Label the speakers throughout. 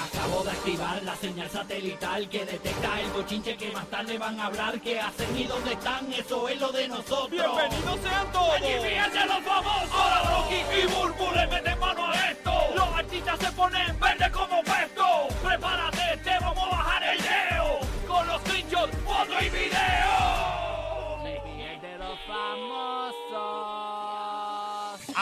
Speaker 1: Acabo de activar la señal satelital que detecta el bochinche que más tarde van a hablar. ¿Qué hacen y dónde están? Eso es lo de nosotros.
Speaker 2: ¡Bienvenidos sean todos!
Speaker 1: ¡Allí fíjense los famosos!
Speaker 2: Ahora Rocky y Burbu le meten mano a esto. Los artistas se ponen verde como puesto. Prepárate, te vamos a bajar el leo. Con los screenshots, foto y video.
Speaker 1: de los famosos!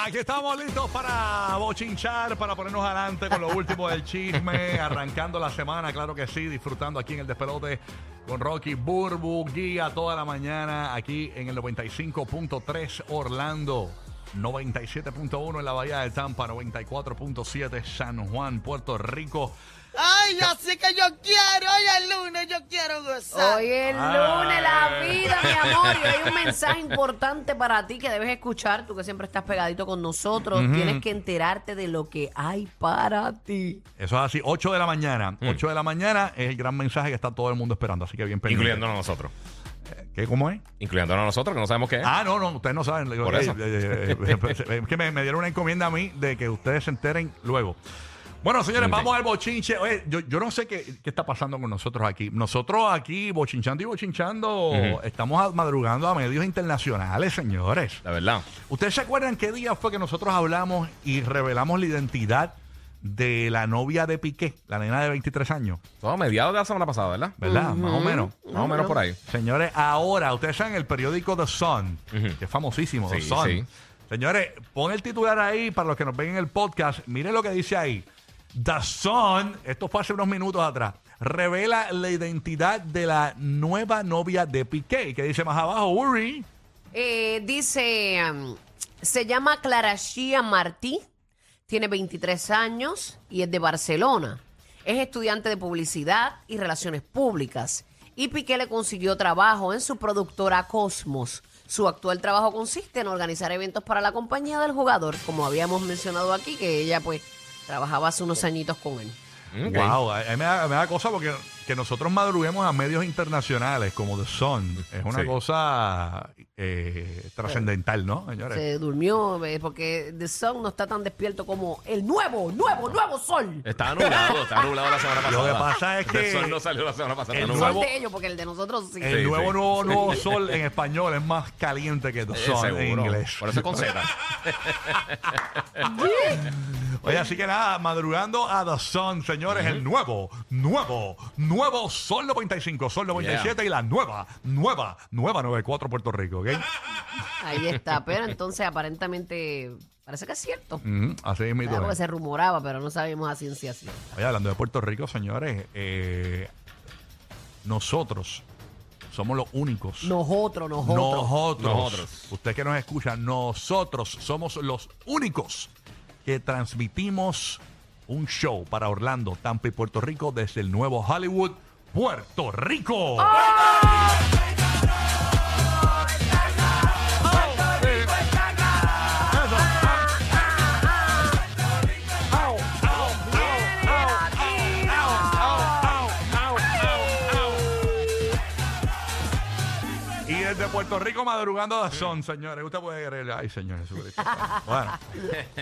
Speaker 3: Aquí estamos listos para bochinchar, para ponernos adelante con lo último del chisme, arrancando la semana, claro que sí, disfrutando aquí en el despelote con Rocky Burbu, guía toda la mañana aquí en el 95.3 Orlando. 97.1 en la Bahía de Tampa, 94.7 San Juan, Puerto Rico.
Speaker 4: Ay, así que yo quiero, hoy es lunes, yo quiero gozar.
Speaker 5: Hoy es
Speaker 3: Ay.
Speaker 5: lunes, la vida, mi amor. Y hay un mensaje importante para ti que debes escuchar, tú que siempre estás pegadito con nosotros. Tienes que enterarte de lo que hay para ti.
Speaker 3: Eso es así, 8 de la mañana. 8 de la mañana es el gran mensaje que está todo el mundo esperando, así que bien pendiente.
Speaker 6: Incluyéndonos nosotros.
Speaker 3: ¿Qué, ¿Cómo es?
Speaker 6: Incluyéndonos nosotros, que no sabemos qué es.
Speaker 3: Ah, no, no, ustedes no saben. Le digo,
Speaker 6: ¿Eh? Por
Speaker 3: "Ey,
Speaker 6: eso.
Speaker 3: eh, eh, eh, es que me, me dieron una encomienda a mí de que ustedes se enteren luego. Bueno, señores,
Speaker 6: Ok.
Speaker 3: vamos al bochinche. Oye, yo, yo no sé qué, qué está pasando con nosotros aquí. Nosotros aquí, bochinchando y bochinchando, estamos a- madrugando a medios internacionales, señores.
Speaker 6: La verdad.
Speaker 3: ¿Ustedes se acuerdan qué día fue que nosotros hablamos y revelamos la identidad de la novia de Piqué, la nena de 23 años?
Speaker 6: Todo mediados de la semana pasada, ¿verdad? Mm,
Speaker 3: ¿Verdad? Más o menos.
Speaker 6: Más o menos por ahí.
Speaker 3: Señores, ahora, ustedes saben el periódico The Sun, que es famosísimo, The
Speaker 6: Sí,
Speaker 3: Sun.
Speaker 6: sí.
Speaker 3: Señores, pon el titular ahí para los que nos ven en el podcast. Miren lo que dice ahí. The Sun, esto fue hace unos minutos atrás, revela la identidad de la nueva novia de Piqué, que dice más abajo, Uri.
Speaker 5: Eh, dice, um, se llama Clara Shia Martí, tiene 23 años y es de Barcelona. Es estudiante de publicidad y relaciones públicas. Y Piqué le consiguió trabajo en su productora Cosmos. Su actual trabajo consiste en organizar eventos para la compañía del jugador, como habíamos mencionado aquí, que ella pues trabajaba hace unos añitos con él.
Speaker 6: Ok.
Speaker 3: Wow, a a mí me da, me da cosa porque que nosotros madruguemos a medios internacionales como The Sun es una
Speaker 6: Sí.
Speaker 3: cosa eh, trascendental, ¿no, señores?
Speaker 5: Se durmió eh, porque The Sun no está tan despierto como el nuevo, nuevo, nuevo sol.
Speaker 6: Está nublado, está nublado la semana pasada.
Speaker 3: Lo que pasa es que
Speaker 6: El sol no salió la semana pasada.
Speaker 3: el
Speaker 6: está
Speaker 5: El
Speaker 6: nublado.
Speaker 5: sol
Speaker 3: nuevo-
Speaker 5: de ellos, porque el de nosotros sí.
Speaker 3: El
Speaker 6: Sí,
Speaker 3: nuevo,
Speaker 6: sí.
Speaker 3: nuevo, nuevo sol en español es más caliente que el
Speaker 6: Eh,
Speaker 3: sol en
Speaker 6: seguro.
Speaker 3: inglés.
Speaker 6: Por eso es con Z.
Speaker 3: Oye, así que nada, madrugando a The Sun, señores, el nuevo, nuevo, nuevo Sol 95, Sol 97 y la nueva, nueva, nueva 94 Puerto Rico, ¿ok?
Speaker 5: Ahí está, pero entonces aparentemente parece que es cierto.
Speaker 3: Ujú, Así es mi
Speaker 5: ¿verdad? Porque se rumoraba, pero no sabemos a ciencia cierta.
Speaker 3: Oye, hablando de Puerto Rico, señores, eh, nosotros somos los únicos.
Speaker 5: Nosotros, nosotros.
Speaker 3: Nosotros.
Speaker 6: Nosotros.
Speaker 3: Usted que nos escucha, nosotros somos los únicos que transmitimos un show para Orlando, Tampa y Puerto Rico desde el nuevo Hollywood, Puerto Rico.
Speaker 5: Ah.
Speaker 3: Y desde Puerto Rico madrugando a son, señores. Usted puede creerle. Ay, señor Jesucristo. Bueno.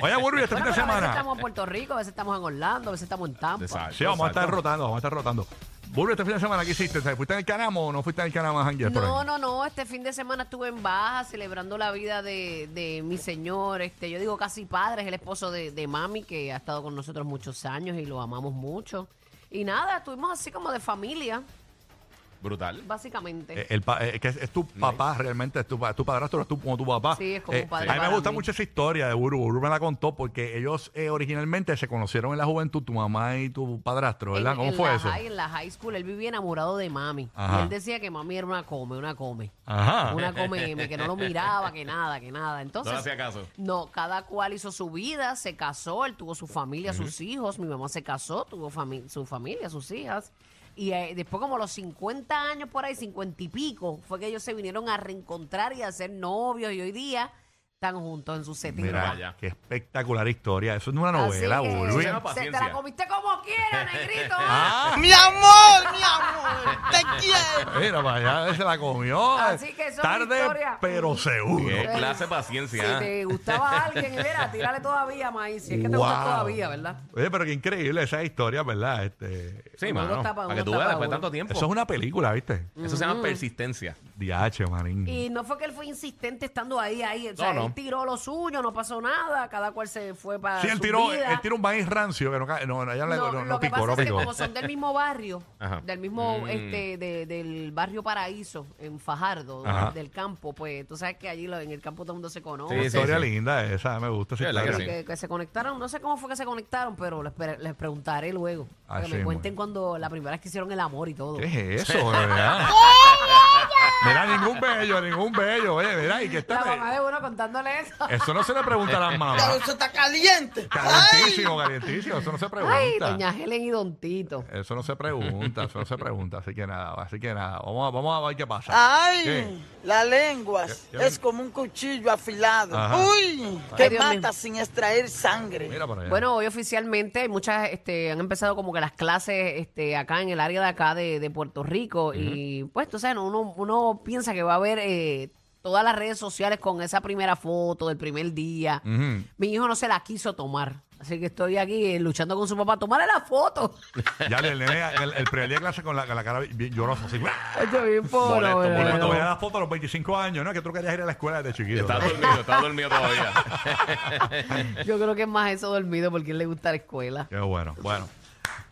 Speaker 3: Oye, Burby, este fin de
Speaker 5: Bueno, pero a veces
Speaker 3: semana.
Speaker 5: estamos en Puerto Rico, a veces estamos en Orlando, a veces estamos en Tampa.
Speaker 6: Exacto,
Speaker 3: Sí, vamos a estar
Speaker 6: exacto.
Speaker 3: rotando, vamos a estar rotando. Burby, este fin de semana, ¿qué hiciste? ¿Sabes? ¿Fuiste en el Canamo o no fuiste en el Canamo a janguear por ahí?
Speaker 5: No, no, no. Este fin de semana estuve en Baja celebrando la vida de, de mi señor. Este, yo digo casi padre, es el esposo de, de mami que ha estado con nosotros muchos años y lo amamos mucho. Y nada, estuvimos así como de familia,
Speaker 6: Brutal.
Speaker 5: básicamente.
Speaker 3: Eh, El pa- eh, que es, es tu papá realmente, es tu, pa- es tu padrastro, es tu, como tu papá. Eh,
Speaker 5: Sí, es como un padre
Speaker 3: A mí me
Speaker 5: para
Speaker 3: gusta
Speaker 5: mí.
Speaker 3: mucho esa historia de Buru. Buru me la contó porque ellos eh, originalmente se conocieron en la juventud, tu mamá y tu padrastro, ¿verdad?
Speaker 5: En-
Speaker 3: ¿Cómo
Speaker 5: en
Speaker 3: fue
Speaker 5: la
Speaker 3: eso?
Speaker 5: high- en la high school, él vivía enamorado de mami.
Speaker 3: Ajá. Ah.
Speaker 5: Y él decía que mami era una come, una come.
Speaker 3: Ajá.
Speaker 5: Una come M, que no lo miraba, que nada, que nada. Entonces.
Speaker 6: No le hacía caso.
Speaker 5: No, cada cual hizo su vida, se casó, él tuvo su familia, sus hijos. Mi mamá se casó, tuvo fami- su familia, sus hijas. Y eh, después, como a los 50 años por ahí, 50 y pico, fue que ellos se vinieron a reencontrar y a ser novios. Y hoy día. están juntos en su setting.
Speaker 3: Mira,
Speaker 6: Vaya.
Speaker 3: qué espectacular historia. Eso es una novela,
Speaker 5: Así que
Speaker 3: Burbu.
Speaker 6: Tenga
Speaker 5: se te
Speaker 6: paciencia.
Speaker 5: la comiste como quieras, negrito.
Speaker 3: Ah,
Speaker 4: Mi amor, mi amor, te quiero.
Speaker 3: mira, para allá se la comió.
Speaker 5: Así que eso es
Speaker 3: Tarde,
Speaker 5: historia.
Speaker 3: pero seguro.
Speaker 6: Qué clase de
Speaker 5: Si
Speaker 3: ah.
Speaker 6: paciencia. ¿eh?
Speaker 5: te gustaba alguien, mira, tírale todavía, maíz. Si es que te gusta
Speaker 3: Wow.
Speaker 5: todavía, ¿verdad?
Speaker 3: Oye, pero qué increíble esa historia, ¿verdad? Este,
Speaker 6: Sí,
Speaker 5: Uno
Speaker 6: mano.
Speaker 5: tapa,
Speaker 6: Para
Speaker 5: uno
Speaker 6: que tú
Speaker 5: tapa
Speaker 6: veas después de
Speaker 5: uno.
Speaker 6: tanto tiempo.
Speaker 3: eso es una película, ¿viste?
Speaker 6: Eso se llama persistencia.
Speaker 3: DH, manín.
Speaker 5: Y no fue que él fue insistente estando ahí, ahí. O sea,
Speaker 6: No, no.
Speaker 5: él tiró lo suyo, no pasó nada, cada cual se fue para.
Speaker 3: Sí, él
Speaker 5: su
Speaker 3: tiró,
Speaker 5: vida.
Speaker 3: él tiró un maíz rancio que no, ca- no, no, ella le-
Speaker 5: No,
Speaker 3: no, no,
Speaker 5: lo que
Speaker 3: picó,
Speaker 5: pasa
Speaker 3: no
Speaker 5: es que
Speaker 3: picó.
Speaker 5: como son del mismo barrio,
Speaker 6: Ajá.
Speaker 5: del mismo,
Speaker 6: Mm.
Speaker 5: este, de- del barrio Paraíso, en Fajardo,
Speaker 3: Ajá.
Speaker 5: del campo, pues tú sabes que allí lo- en el campo todo el mundo se conoce.
Speaker 6: Sí, sí,
Speaker 3: historia
Speaker 6: sí.
Speaker 3: linda esa, me gusta. esa
Speaker 6: Sí, la
Speaker 5: Pero
Speaker 3: historia.
Speaker 6: sí.
Speaker 5: que, que se conectaron, no sé cómo fue que se conectaron, pero les, pre- les preguntaré luego.
Speaker 3: Ah,
Speaker 5: que
Speaker 3: sí,
Speaker 5: me cuenten
Speaker 3: bueno.
Speaker 5: cuando la primera vez que hicieron el amor y todo.
Speaker 3: ¿Qué es eso, de verdad? Mira, ningún bello, ningún bello. Oye, mira, y que
Speaker 5: La mamá
Speaker 3: está.
Speaker 5: de uno contándole eso.
Speaker 3: Eso no se le pregunta a las
Speaker 4: Pero
Speaker 3: mamás.
Speaker 4: eso está caliente.
Speaker 3: Calientísimo, calientísimo. Eso no se pregunta.
Speaker 5: Ay, doña Helen y Don Tito.
Speaker 3: Eso no se pregunta, eso no se pregunta. Así que nada, así que nada. Vamos a, vamos a ver qué pasa.
Speaker 4: Ay,
Speaker 3: ¿Qué?
Speaker 4: la lengua
Speaker 3: Ya- ya-
Speaker 4: es como un cuchillo afilado.
Speaker 3: Ajá.
Speaker 4: Uy,
Speaker 5: Ay,
Speaker 4: que
Speaker 5: Dios mío.
Speaker 4: mata sin extraer sangre.
Speaker 3: Mira
Speaker 6: Eh.
Speaker 3: para allá.
Speaker 5: Bueno, hoy oficialmente hay muchas este, han empezado como que las clases este, acá en el área de acá de, de Puerto Rico y pues tú sabes, uno, uno piensa que va a ver eh, todas las redes sociales con esa primera foto del primer día.
Speaker 3: Ujú.
Speaker 5: Mi hijo no se la quiso tomar, así que estoy aquí eh, luchando con su papá. Tomarle la foto.
Speaker 3: Ya el nene, el, el primer día de clase con la, con la cara bien llorosa, así. ¡ah!
Speaker 5: Esto es bien pobre, bueno,
Speaker 6: Molesto,
Speaker 3: Y cuando
Speaker 6: molesto.
Speaker 5: bueno.
Speaker 3: veía las fotos a los 25 años, ¿no? Que tú querías ir a la escuela desde chiquito.
Speaker 6: Está
Speaker 3: ¿no?
Speaker 6: dormido, está dormido todavía.
Speaker 5: Yo creo que es más eso dormido porque a él le gusta la escuela.
Speaker 3: Qué bueno, bueno.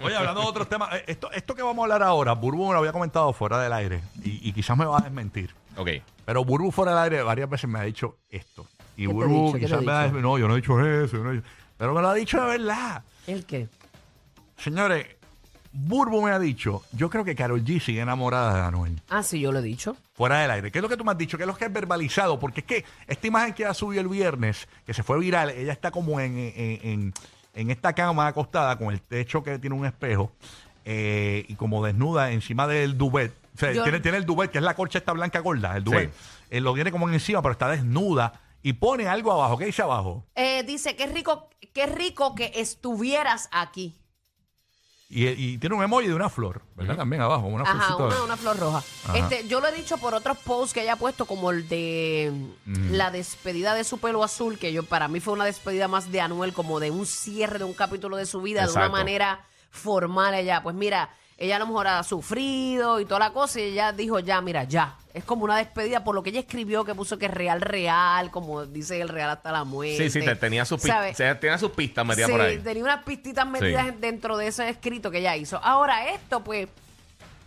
Speaker 3: Oye, hablando de otros temas, eh, esto, esto que vamos a hablar ahora, Burbu me lo había comentado fuera del aire y, y quizás me va a desmentir.
Speaker 6: ok.
Speaker 3: Pero Burbu fuera del aire varias veces me ha dicho esto. Y
Speaker 5: ¿Qué te he
Speaker 3: Burbu
Speaker 5: dicho? ¿Qué te
Speaker 3: quizás
Speaker 5: he
Speaker 3: me ha
Speaker 5: dicho?
Speaker 3: No, yo no he dicho eso. yo no he dicho- Pero me lo ha dicho de verdad.
Speaker 5: ¿El qué?
Speaker 3: Señores, Burbu me ha dicho, yo creo que Carol G sigue enamorada de Anuel.
Speaker 5: Ah, sí, yo lo he dicho.
Speaker 3: Fuera del aire. ¿Qué es lo que tú me has dicho? ¿Qué es lo que has verbalizado? Porque es que esta imagen que ella subió el viernes, que se fue viral, ella está como en, en- en- en esta cama acostada con el techo que tiene un espejo eh, y como desnuda encima del duvet. O sea,
Speaker 5: Yo-
Speaker 3: tiene, tiene el duvet, que es la corcha esta blanca gorda, el duvet. Eh, lo tiene como encima, pero está desnuda y pone algo abajo. ¿Qué dice abajo?
Speaker 5: Eh, dice, qué rico, qué rico que estuvieras aquí.
Speaker 3: Y, y tiene un emoji de una flor, ¿verdad? También abajo, una
Speaker 5: Ajá,
Speaker 3: florcita.
Speaker 5: una, una flor roja.
Speaker 3: Ajá.
Speaker 5: Este, yo lo he dicho por otros posts que haya puesto, como el de mm, la despedida de su pelo azul, que yo para mí fue una despedida más de Anuel, como de un cierre de un capítulo de su vida de
Speaker 6: Exacto.
Speaker 5: una manera formal allá. Pues mira, ella a lo mejor ha sufrido y toda la cosa, y ella dijo ya, mira, ya. Es como una despedida por lo que ella escribió, que puso que es real, real, como dice el real hasta la muerte.
Speaker 6: Sí, sí, te- tenía sus
Speaker 5: ¿Sabes?
Speaker 6: pistas. Tenía sus pistas metidas
Speaker 5: Sí,
Speaker 6: por ahí.
Speaker 5: tenía unas pistitas metidas
Speaker 6: Sí.
Speaker 5: dentro de ese escrito que ella hizo. Ahora esto, pues,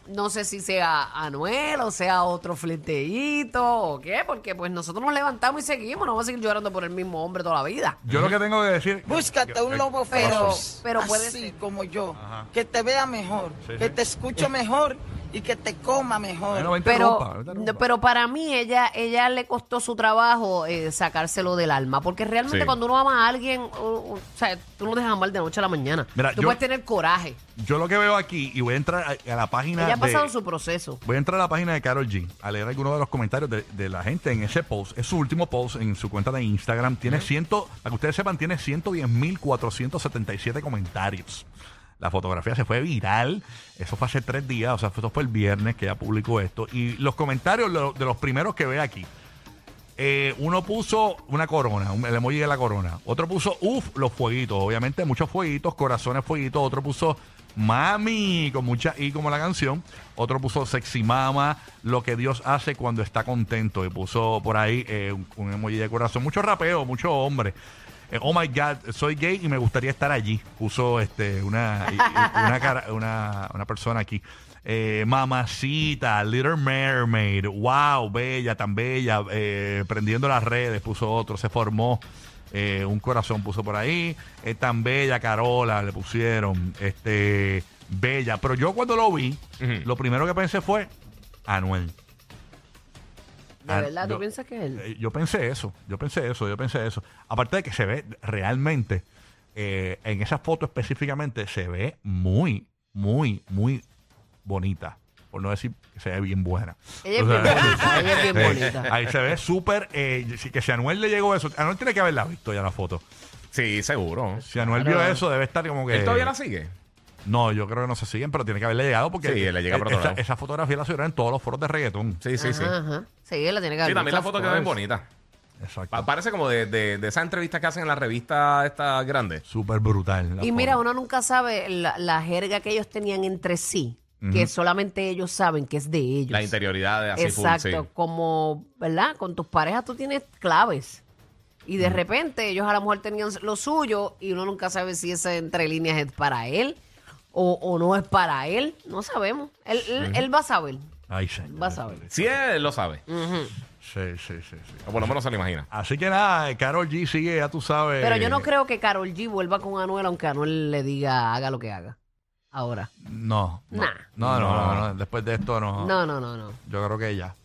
Speaker 5: no sé si sea Anuel o sea otro fleteíto o qué, porque pues nosotros nos levantamos y seguimos, no vamos a seguir llorando por el mismo hombre toda la vida.
Speaker 3: Yo lo que tengo que decir.
Speaker 4: Búscate un lobo
Speaker 5: Pero-
Speaker 4: feroz,
Speaker 5: pero puede
Speaker 4: así
Speaker 5: ser.
Speaker 4: como yo,
Speaker 3: eh, Ajá.
Speaker 4: que te vea mejor,
Speaker 3: Sí,
Speaker 4: que
Speaker 3: sí.
Speaker 4: te escuche mejor y que te coma mejor.
Speaker 3: Bueno, me
Speaker 5: Pero,
Speaker 3: interrumpa, me interrumpa.
Speaker 5: no, pero para mí ella ella le costó su trabajo eh, sacárselo del alma, porque realmente
Speaker 6: Sí.
Speaker 5: cuando uno ama a alguien, o- o, o sea, tú no dejas mal de noche a la mañana.
Speaker 3: Mira,
Speaker 5: tú
Speaker 3: yo-
Speaker 5: puedes tener coraje.
Speaker 3: Yo lo que veo aquí, y voy a entrar a, a la página
Speaker 5: Ella ha pasado
Speaker 3: de,
Speaker 5: su proceso.
Speaker 3: Voy a entrar a la página de Carol G a leer algunos de los comentarios de, de la gente en ese post. Es su último post en su cuenta de Instagram. Tiene 100, para que ustedes sepan, tiene 110.477 comentarios. La fotografía se fue viral. Eso fue hace tres días, o sea, eso fue el viernes que ya publicó esto. Y los comentarios lo- de los primeros que ve aquí. Eh, uno puso una corona, un- el emoji de la corona. Otro puso, uff, los fueguitos. Obviamente, muchos fueguitos, corazones fueguitos. Otro puso, mami, con mucha I como la canción. Otro puso, sexy mama, lo que Dios hace cuando está contento. Y puso por ahí eh, un, un emoji de corazón. Mucho rapeo, mucho hombre. Eh, oh my God, soy gay y me gustaría estar allí. Puso este una, y- y- una, cara- una, una persona aquí. Eh, mamacita, Little Mermaid, wow, bella, tan bella, eh, prendiendo las redes, puso otro, se formó eh, un corazón, puso por ahí, eh, tan bella, Carola, le pusieron, este, bella, pero yo cuando lo vi,
Speaker 6: Ujú.
Speaker 3: lo primero que pensé fue, Anuel.
Speaker 5: ¿De
Speaker 3: Ah,
Speaker 5: verdad?
Speaker 3: yo-
Speaker 5: ¿Tú piensas que él?
Speaker 3: Eh, Yo pensé eso, yo pensé eso, yo pensé eso. Aparte de que se ve realmente, eh, en esa foto específicamente, se ve muy, muy, muy bonita. por no decir que se ve bien buena.
Speaker 5: Ella es
Speaker 3: O sea,
Speaker 5: bien bonita, ella es bien
Speaker 3: sí,
Speaker 5: bonita.
Speaker 3: Ahí se ve súper. eh, si- que si Anuel le llegó eso, Anuel tiene que haberla visto ya la foto.
Speaker 6: Sí, seguro.
Speaker 3: Si Anuel vio eso, debe estar como que.
Speaker 6: ¿Él todavía la sigue?
Speaker 3: No, yo creo que no se siguen, pero tiene que haberle llegado porque
Speaker 6: Sí, le llega por otro
Speaker 3: esa,
Speaker 6: lado.
Speaker 3: esa fotografía la subieron en todos los foros de reggaetón.
Speaker 6: Sí, sí, sí.
Speaker 5: Ajá, ajá. Sí, ella la tiene que haber
Speaker 6: Sí, también
Speaker 5: visto,
Speaker 6: la
Speaker 5: of
Speaker 6: foto queda bien
Speaker 5: course.
Speaker 6: bonita. Pa-
Speaker 3: Exacto.
Speaker 6: Parece como de, de, de esa entrevista que hacen en la revista esta grande.
Speaker 3: Súper brutal. la
Speaker 5: Y
Speaker 3: foto.
Speaker 5: mira, uno nunca sabe la, la jerga que ellos tenían entre sí, que solamente ellos saben que es de ellos.
Speaker 6: La interioridad de así
Speaker 5: Exacto,
Speaker 6: full, sí.
Speaker 5: como, ¿verdad? Con tus parejas tú tienes claves. Y de repente ellos a lo mejor tenían lo suyo y uno nunca sabe si esa entre líneas es para él o, o no es para él. No sabemos. Él, él- él va a saber.
Speaker 3: Ay, señor.
Speaker 5: Va a saber.
Speaker 6: Sí, él lo sabe.
Speaker 5: Mm.
Speaker 3: Sí, sí, sí, sí.
Speaker 6: O por lo menos se lo imagina.
Speaker 3: Así que nada, eh, Karol G sigue, ya tú sabes.
Speaker 5: Pero
Speaker 6: Eh.
Speaker 5: yo no creo que Carol G vuelva con Anuel aunque Anuel le diga haga lo que haga. Ahora.
Speaker 3: No. No,
Speaker 5: Nah.
Speaker 3: no, no, no, no, Después de esto no.
Speaker 5: No, no, no, no.
Speaker 3: Yo creo que ya.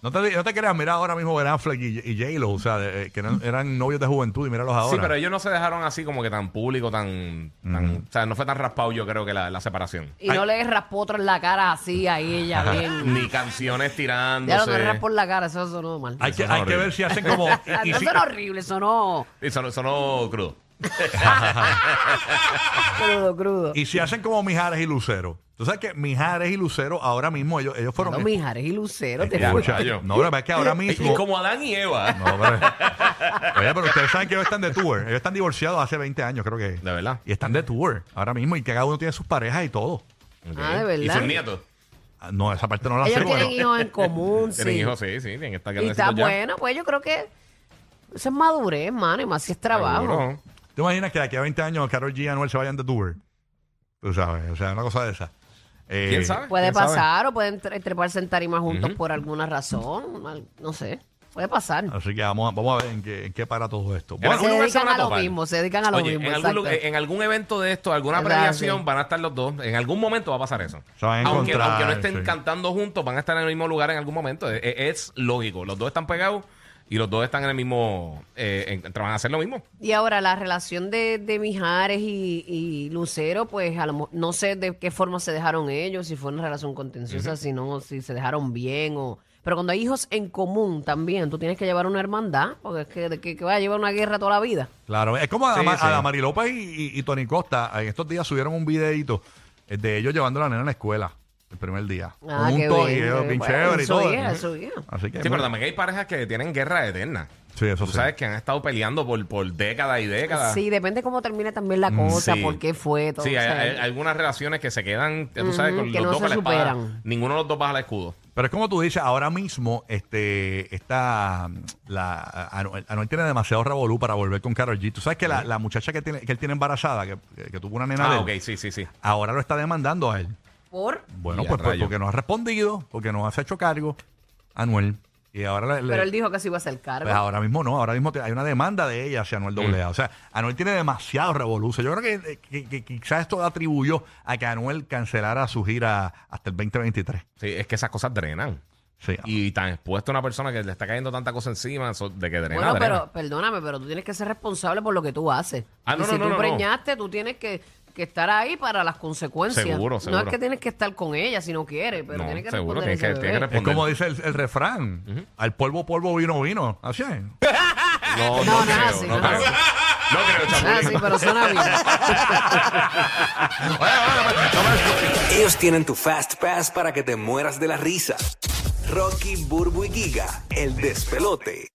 Speaker 3: No te, no te creas, mira ahora mismo Ben Affleck y, y J-Lo, o sea, de- eh, que eran, eran novios de juventud y míralos ahora.
Speaker 6: Sí, pero ellos no se dejaron así como que tan público, tan. tan-
Speaker 5: Mm.
Speaker 6: O sea, no fue tan raspado, yo creo que la, la separación.
Speaker 5: Y no le raspó otro en la cara así a ella bien.
Speaker 6: Ni canciones
Speaker 5: Eh. Ya lo
Speaker 6: tirándose.
Speaker 5: que le raspó en la cara, eso sonó mal.
Speaker 3: hay que,
Speaker 6: Eso es
Speaker 3: hay que
Speaker 6: horrible.
Speaker 3: ver si hacen como. y- y
Speaker 5: no
Speaker 3: si-
Speaker 5: sonó horrible, sonó
Speaker 6: Y sonó, sonó crudo.
Speaker 5: crudo, crudo.
Speaker 3: Y si hacen como Mijares y Lucero. Tú sabes que Mijares y Lucero ahora mismo, ellos, ellos fueron.
Speaker 5: No, Mijares y Lucero, te
Speaker 3: Escucha,
Speaker 5: fuiste.
Speaker 6: rayo.
Speaker 3: no, pero es que ahora
Speaker 6: Y,
Speaker 3: mismo.
Speaker 6: y como Adán y Eva.
Speaker 3: No, pero- Oye, pero ustedes saben que ellos están de tour. Ellos están divorciados hace 20 años, creo que.
Speaker 6: De verdad.
Speaker 3: Y están de tour ahora mismo y que cada uno tiene sus parejas y todo.
Speaker 6: Ok.
Speaker 5: Ah, de verdad.
Speaker 6: Y sus nietos.
Speaker 3: Ah, No, esa parte no la
Speaker 5: Ellos
Speaker 3: sé.
Speaker 5: tienen
Speaker 3: bueno.
Speaker 5: hijos en común,
Speaker 6: Tienen
Speaker 5: sí.
Speaker 6: hijos, sí, sí. Tienen que estar
Speaker 5: y está
Speaker 6: grandecitos ya.
Speaker 5: bueno, pues yo creo que eso es madurez, mano, y más si es trabajo.
Speaker 6: Seguro.
Speaker 3: ¿Te imaginas que de aquí a 20 años Carol G y Anuel se vayan de tour? Tú sabes, o sea, una cosa de esa. Eh,
Speaker 6: ¿Quién sabe?
Speaker 5: Puede
Speaker 6: ¿Quién sabe?
Speaker 5: pasar o pueden tre- treparse en tarima juntos por alguna razón, al- no sé, puede pasar.
Speaker 3: Así que vamos a, vamos a ver en qué, en qué para todo esto.
Speaker 5: se
Speaker 6: Era Algunos se
Speaker 5: dedican
Speaker 6: van a
Speaker 5: a lo
Speaker 6: topar.
Speaker 5: mismo, se dedican a lo
Speaker 6: Oye,
Speaker 5: mismo.
Speaker 6: en, algún, lu-
Speaker 5: exacto.
Speaker 6: en algún evento de esto, alguna
Speaker 5: Exacto.
Speaker 6: premiación, van a estar los dos. En algún momento va a pasar eso.
Speaker 3: Se van a
Speaker 6: aunque,
Speaker 3: encontrar,
Speaker 6: aunque no estén
Speaker 3: sí.
Speaker 6: cantando juntos, van a estar en el mismo lugar en algún momento. E- e- Es, lógico. Los dos están pegados y los dos están en el mismo. eh, en- tra- van a hacer lo mismo.
Speaker 5: Y ahora la relación de, de Mijares y, y Lucero, pues a lo mo- no sé de qué forma se dejaron ellos, si fue una relación contenciosa, si no, si se dejaron bien o... Pero cuando hay hijos en común también, tú tienes que llevar una hermandad, porque es que, de que, que va a llevar una guerra toda la vida.
Speaker 3: Claro, es como a,
Speaker 6: Sí,
Speaker 3: Dama-
Speaker 6: sí.
Speaker 3: a Damari López y, y- y Tony Costa. En estos días subieron un videito eh, de ellos llevando a la nena a la escuela el primer día.
Speaker 5: Ah, qué
Speaker 3: Juntos y
Speaker 5: bien,
Speaker 3: ellos
Speaker 5: qué
Speaker 3: bien
Speaker 5: bien.
Speaker 3: chévere y
Speaker 5: Eso
Speaker 3: todo.
Speaker 5: bien, eso bien.
Speaker 3: Así que,
Speaker 6: Sí, pero
Speaker 3: bueno,
Speaker 6: también hay parejas que tienen guerra eterna.
Speaker 3: Sí, eso
Speaker 6: Tú
Speaker 3: sí.
Speaker 6: sabes que han estado peleando por, por décadas y décadas.
Speaker 5: Sí, depende cómo termine también la cosa,
Speaker 6: Mm, sí.
Speaker 5: por qué fue, todo.
Speaker 6: Sí,
Speaker 5: o
Speaker 6: hay,
Speaker 5: sea,
Speaker 6: hay algunas relaciones que se quedan, tú sabes,
Speaker 5: Ujú,
Speaker 6: con
Speaker 5: que
Speaker 6: los
Speaker 5: no
Speaker 6: dos
Speaker 5: se
Speaker 6: para la espada.
Speaker 5: superan.
Speaker 6: Ninguno de los dos baja el escudo.
Speaker 3: Pero es como tú dices, ahora mismo, este, esta, la, Anuel, Anuel tiene demasiado revolú para volver con Karol G. Tú sabes que la, la muchacha que, tiene, que él tiene embarazada, que, que tuvo una nena de
Speaker 6: Ah,
Speaker 3: él,
Speaker 6: ok, sí, sí, sí.
Speaker 3: ahora lo está demandando a él.
Speaker 5: por...
Speaker 3: Bueno,
Speaker 6: Y a
Speaker 3: pues, pues,
Speaker 6: rayos.
Speaker 3: porque no ha respondido, porque no se ha hecho cargo, Anuel. Y ahora le- le-
Speaker 5: Pero él dijo que se iba a hacer cargo.
Speaker 3: pues ahora mismo no, ahora mismo te- hay una demanda de ella hacia
Speaker 6: Mm.
Speaker 3: Anuel AA. O sea, Anuel tiene demasiado revolución. Yo creo que, eh, que- que quizás esto atribuyó a que Anuel cancelara su gira hasta el 2023.
Speaker 6: Sí, es que esas cosas drenan.
Speaker 3: Sí.
Speaker 6: Y tan expuesto a una persona que le está cayendo tanta cosa encima, eso de que drena,
Speaker 5: Bueno,
Speaker 6: drena.
Speaker 5: pero perdóname, pero tú tienes que ser responsable por lo que tú haces.
Speaker 6: Ah,
Speaker 5: Y
Speaker 6: no, no,
Speaker 5: si
Speaker 6: no,
Speaker 5: tú
Speaker 6: no, no.
Speaker 5: preñaste, tú tienes que, que estar ahí para las consecuencias.
Speaker 6: Seguro,
Speaker 5: No
Speaker 6: seguro.
Speaker 5: es que tienes que estar con ella si no quieres, pero
Speaker 6: No,
Speaker 5: tienes que
Speaker 6: seguro,
Speaker 5: responder
Speaker 6: tienes
Speaker 5: ese
Speaker 6: que- tienes
Speaker 5: bebé.
Speaker 6: que
Speaker 3: Es como dice el, el refrán, al polvo, polvo, vino, vino. Así es.
Speaker 6: No, no,
Speaker 5: No, no es
Speaker 6: creo,
Speaker 5: así,
Speaker 6: no,
Speaker 5: no
Speaker 6: creo.
Speaker 5: es así.
Speaker 6: No creo,
Speaker 5: Ah,
Speaker 6: Chapulín.
Speaker 5: sí, pero suena bien.
Speaker 6: Bueno, bueno, bueno, toma el-
Speaker 7: Ellos tienen tu Fast Pass para que te mueras de la risa. Rocky, Burbu y Giga, el despelote.